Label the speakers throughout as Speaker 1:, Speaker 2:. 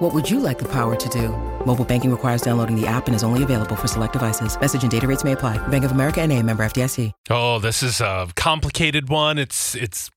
Speaker 1: What would you like the power to do? Mobile banking requires downloading the app and is only available for select devices. Message and data rates may apply. Bank of America and a member FDIC.
Speaker 2: Oh, this is a complicated one. It's it's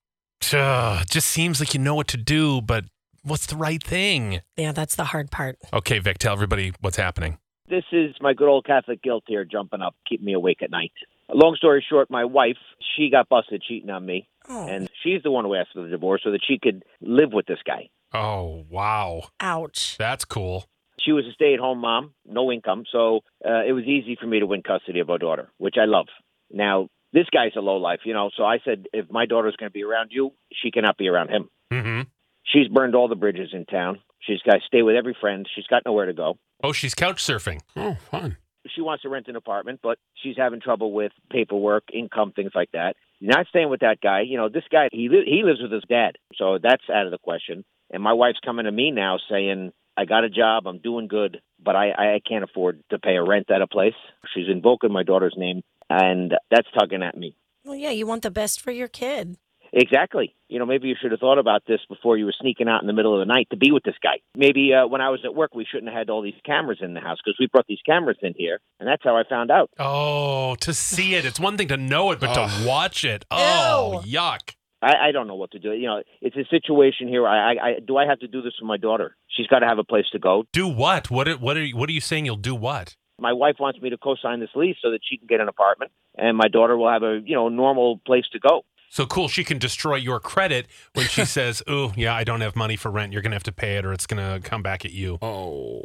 Speaker 2: uh, just seems like you know what to do, but what's the right thing?
Speaker 3: Yeah, that's the hard part.
Speaker 2: Okay, Vic, tell everybody what's happening.
Speaker 4: This is my good old Catholic guilt here jumping up, keeping me awake at night. Long story short, my wife, she got busted cheating on me,
Speaker 3: Oh,
Speaker 4: and she's the one who asked for the divorce so that she could live with this guy.
Speaker 2: Oh, wow.
Speaker 3: ouch.
Speaker 2: That's cool.
Speaker 4: She was a stay at home mom, no income, so uh, it was easy for me to win custody of our daughter, which I love. Now, this guy's a low life, you know, so I said, if my daughter's going to be around you, she cannot be around him.
Speaker 2: hmm
Speaker 4: She's burned all the bridges in town. She's got to stay with every friend. She's got nowhere to go.
Speaker 2: Oh, she's couch surfing.
Speaker 5: Oh, fun.
Speaker 4: she wants to rent an apartment, but she's having trouble with paperwork, income, things like that. You're not staying with that guy. You know, this guy he li- he lives with his dad, so that's out of the question. And my wife's coming to me now saying, "I got a job, I'm doing good, but I I can't afford to pay a rent at a place." She's invoking my daughter's name, and that's tugging at me.
Speaker 3: Well, yeah, you want the best for your kid.
Speaker 4: Exactly. You know, maybe you should have thought about this before you were sneaking out in the middle of the night to be with this guy. Maybe uh, when I was at work, we shouldn't have had all these cameras in the house because we brought these cameras in here, and that's how I found out.
Speaker 2: Oh, to see it. It's one thing to know it, but to watch it. Oh, yuck.
Speaker 4: I, I don't know what to do. You know, it's a situation here. I, I, I do I have to do this for my daughter? She's got to have a place to go.
Speaker 2: Do what? What are, what are you, what are you saying you'll do what?
Speaker 4: My wife wants me to co-sign this lease so that she can get an apartment, and my daughter will have a you know normal place to go.
Speaker 2: So cool, she can destroy your credit when she says, "Oh, yeah, I don't have money for rent. You're going to have to pay it or it's going to come back at you."
Speaker 5: Oh.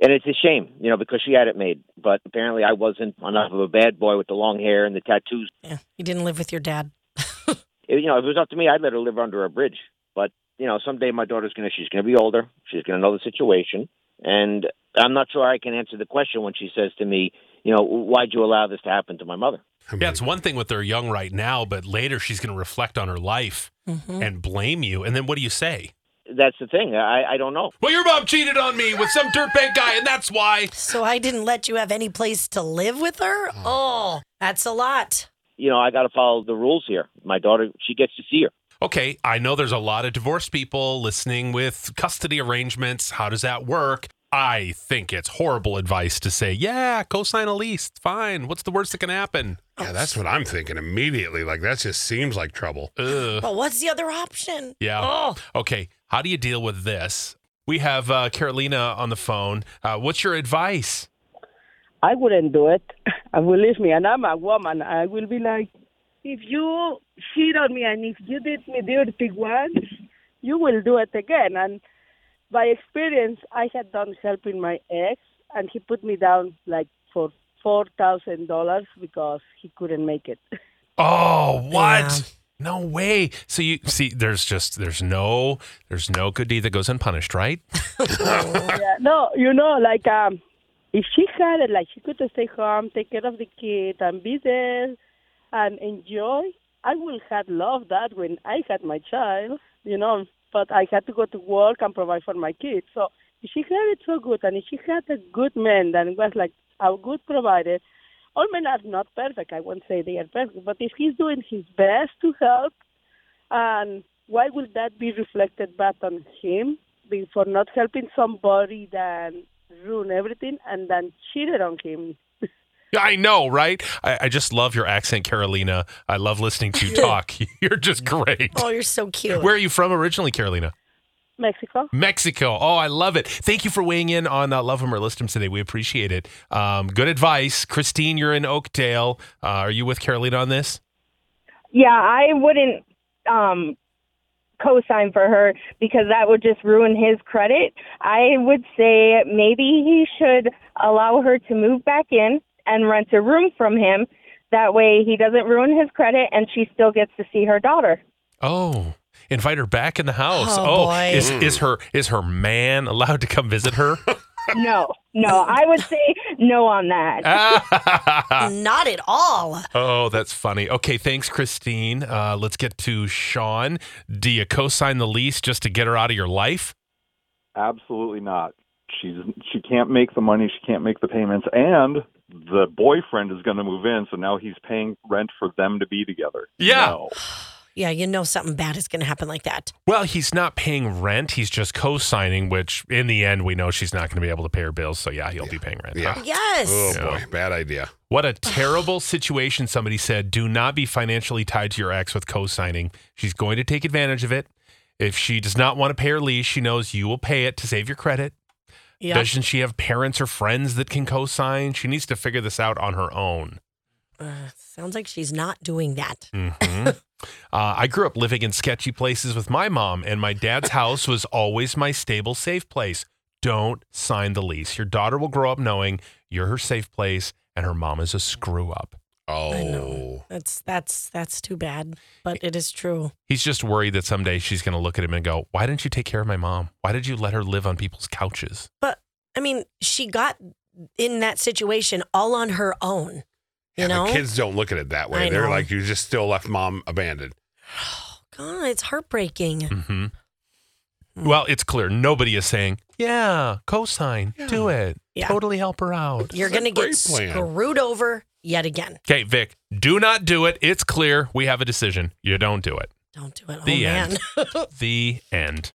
Speaker 4: And it's a shame, you know, because she had it made. But apparently, I wasn't enough of a bad boy with the long hair and the tattoos.
Speaker 3: Yeah, you didn't live with your dad.
Speaker 4: It- you know, if it was up to me, I'd let her live under a bridge. But you know, someday my daughter's gonna she's gonna be older. She's gonna know the situation, and I'm not sure I can answer the question when she says to me, you know, why'd you allow this to happen to my mother?
Speaker 5: I mean,
Speaker 2: Yeah, it's one thing with they're young right now, but later she's going to reflect on her life
Speaker 3: hmm
Speaker 2: and blame you. And then what do you say?
Speaker 4: That's the thing. I, I don't know.
Speaker 2: Well, your mom cheated on me with some dirtbag guy, and that's why.
Speaker 3: So I didn't let you have any place to live with her? Oh, that's a lot.
Speaker 4: you know, I got to follow the rules here. My daughter, she gets to see her.
Speaker 2: Okay, I know there's a lot of divorced people listening with custody arrangements. How does that work? I think it's horrible advice to say, yeah, co sign a lease. It's fine. What's the worst that can happen?
Speaker 5: yeah, that's what I'm thinking immediately. Like, that just seems like trouble.
Speaker 2: Ugh.
Speaker 3: Well, what's the other option?
Speaker 2: Yeah.
Speaker 3: Oh,
Speaker 2: Okay, how do you deal with this? We have uh, Carolina on the phone. Uh, what's your advice?
Speaker 6: I wouldn't do it. I believe me, and I'm a woman. I will be like, if you cheat on me and if you did me dirty once, you will do it again. And by experience, I had done helping my ex, and he put me down like for four thousand dollars because he couldn't make it.
Speaker 2: Oh, what?
Speaker 3: Yeah.
Speaker 2: No way. So you see, there's just there's no there's no good deed that goes unpunished, right?
Speaker 6: yeah, no, you know, like um, if she had it, like she could stay home, take care of the kid, and be there, and enjoy. I would have loved that when I had my child, you know. But I had to go to work and provide for my kids. So if she had it so good, and if she had a good man that was like a good provider. All men are not perfect. I won't say they are perfect, but if he's doing his best to help, and why would that be reflected back on him Be- for not helping somebody that ruined everything and then cheated on him?
Speaker 2: I know, right? I, I just love your accent, Carolina. I love listening to you talk. You're just great.
Speaker 3: oh you're so cute.
Speaker 2: Where are you from originally, Carolina?
Speaker 6: Mexico?
Speaker 2: Mexico. Oh, I love it. Thank you for weighing in on uh, Love 'em or List 'em today. We appreciate it. Um, good advice. Christine, you're in Oakdale. Uh, are you with Carolina on this?
Speaker 7: Yeah, I wouldn't um co-sign for her because that would just ruin his credit. I would say maybe he should allow her to move back in and rent a room from him. That way he doesn't ruin his credit and she still gets to see her daughter.
Speaker 2: Oh, invite her back in the house.
Speaker 3: Oh, boy.
Speaker 2: is, is her is her man allowed to come visit her?
Speaker 7: no, no. I would say no on that.
Speaker 3: Not at all.
Speaker 2: oh, that's funny. Okay, thanks, Christine. Uh, let's get to Sean. Do you co-sign the lease just to get her out of your life?
Speaker 8: Absolutely not. She's she can't make the money. She can't make the payments, and the boyfriend is going to move in, so now he's paying rent for them to be together.
Speaker 2: Yeah.
Speaker 8: No.
Speaker 3: Yeah, you know something bad is going to happen like that.
Speaker 2: Well, he's not paying rent. He's just co-signing, which in the end we know she's not going to be able to pay her bills. So yeah, he'll be paying rent.
Speaker 5: Yeah.
Speaker 3: Yes.
Speaker 5: Oh
Speaker 2: Yeah.
Speaker 5: boy, bad idea.
Speaker 2: What a terrible situation. Somebody said, do not be financially tied to your ex with co signing. She's going to take advantage of it. If she does not want to pay her lease, she knows you will pay it to save your credit.
Speaker 3: Yeah.
Speaker 2: Doesn't she have parents or friends that can co sign? She needs to figure this out on her own.
Speaker 3: Uh, sounds like she's not doing that.
Speaker 2: Mhm. uh, I grew up living in sketchy places with my mom, and my dad's house was always my stable, safe place. Don't sign the lease. Your daughter will grow up knowing you're her safe place and her mom is a screw up.
Speaker 5: Oh.
Speaker 3: That's that's that's too bad, but it is true.
Speaker 2: He's just worried that someday she's going to look at him and go, Why didn't you take care of my mom? Why did you let her live on people's couches?
Speaker 3: But I mean, she got in that situation all on her own. You
Speaker 5: Yeah,
Speaker 3: know,
Speaker 5: the kids don't look at it that way.
Speaker 3: I
Speaker 5: They're
Speaker 3: know.
Speaker 5: like, you just still left mom abandoned.
Speaker 3: God, it's
Speaker 5: Mm.
Speaker 3: heartbreaking.
Speaker 2: hmm Well, it's clear. Nobody is saying, Yeah, cosign, do it.
Speaker 3: Yeah.
Speaker 2: Totally help her out.
Speaker 3: You're
Speaker 5: It's a
Speaker 3: going to get
Speaker 5: great plan.
Speaker 3: screwed over yet again.
Speaker 2: Okay, Vic, do not do it. It's clear. We have a decision. You don't do it.
Speaker 3: Don't do it.
Speaker 2: The
Speaker 3: oh
Speaker 2: end.
Speaker 3: man.
Speaker 2: The end.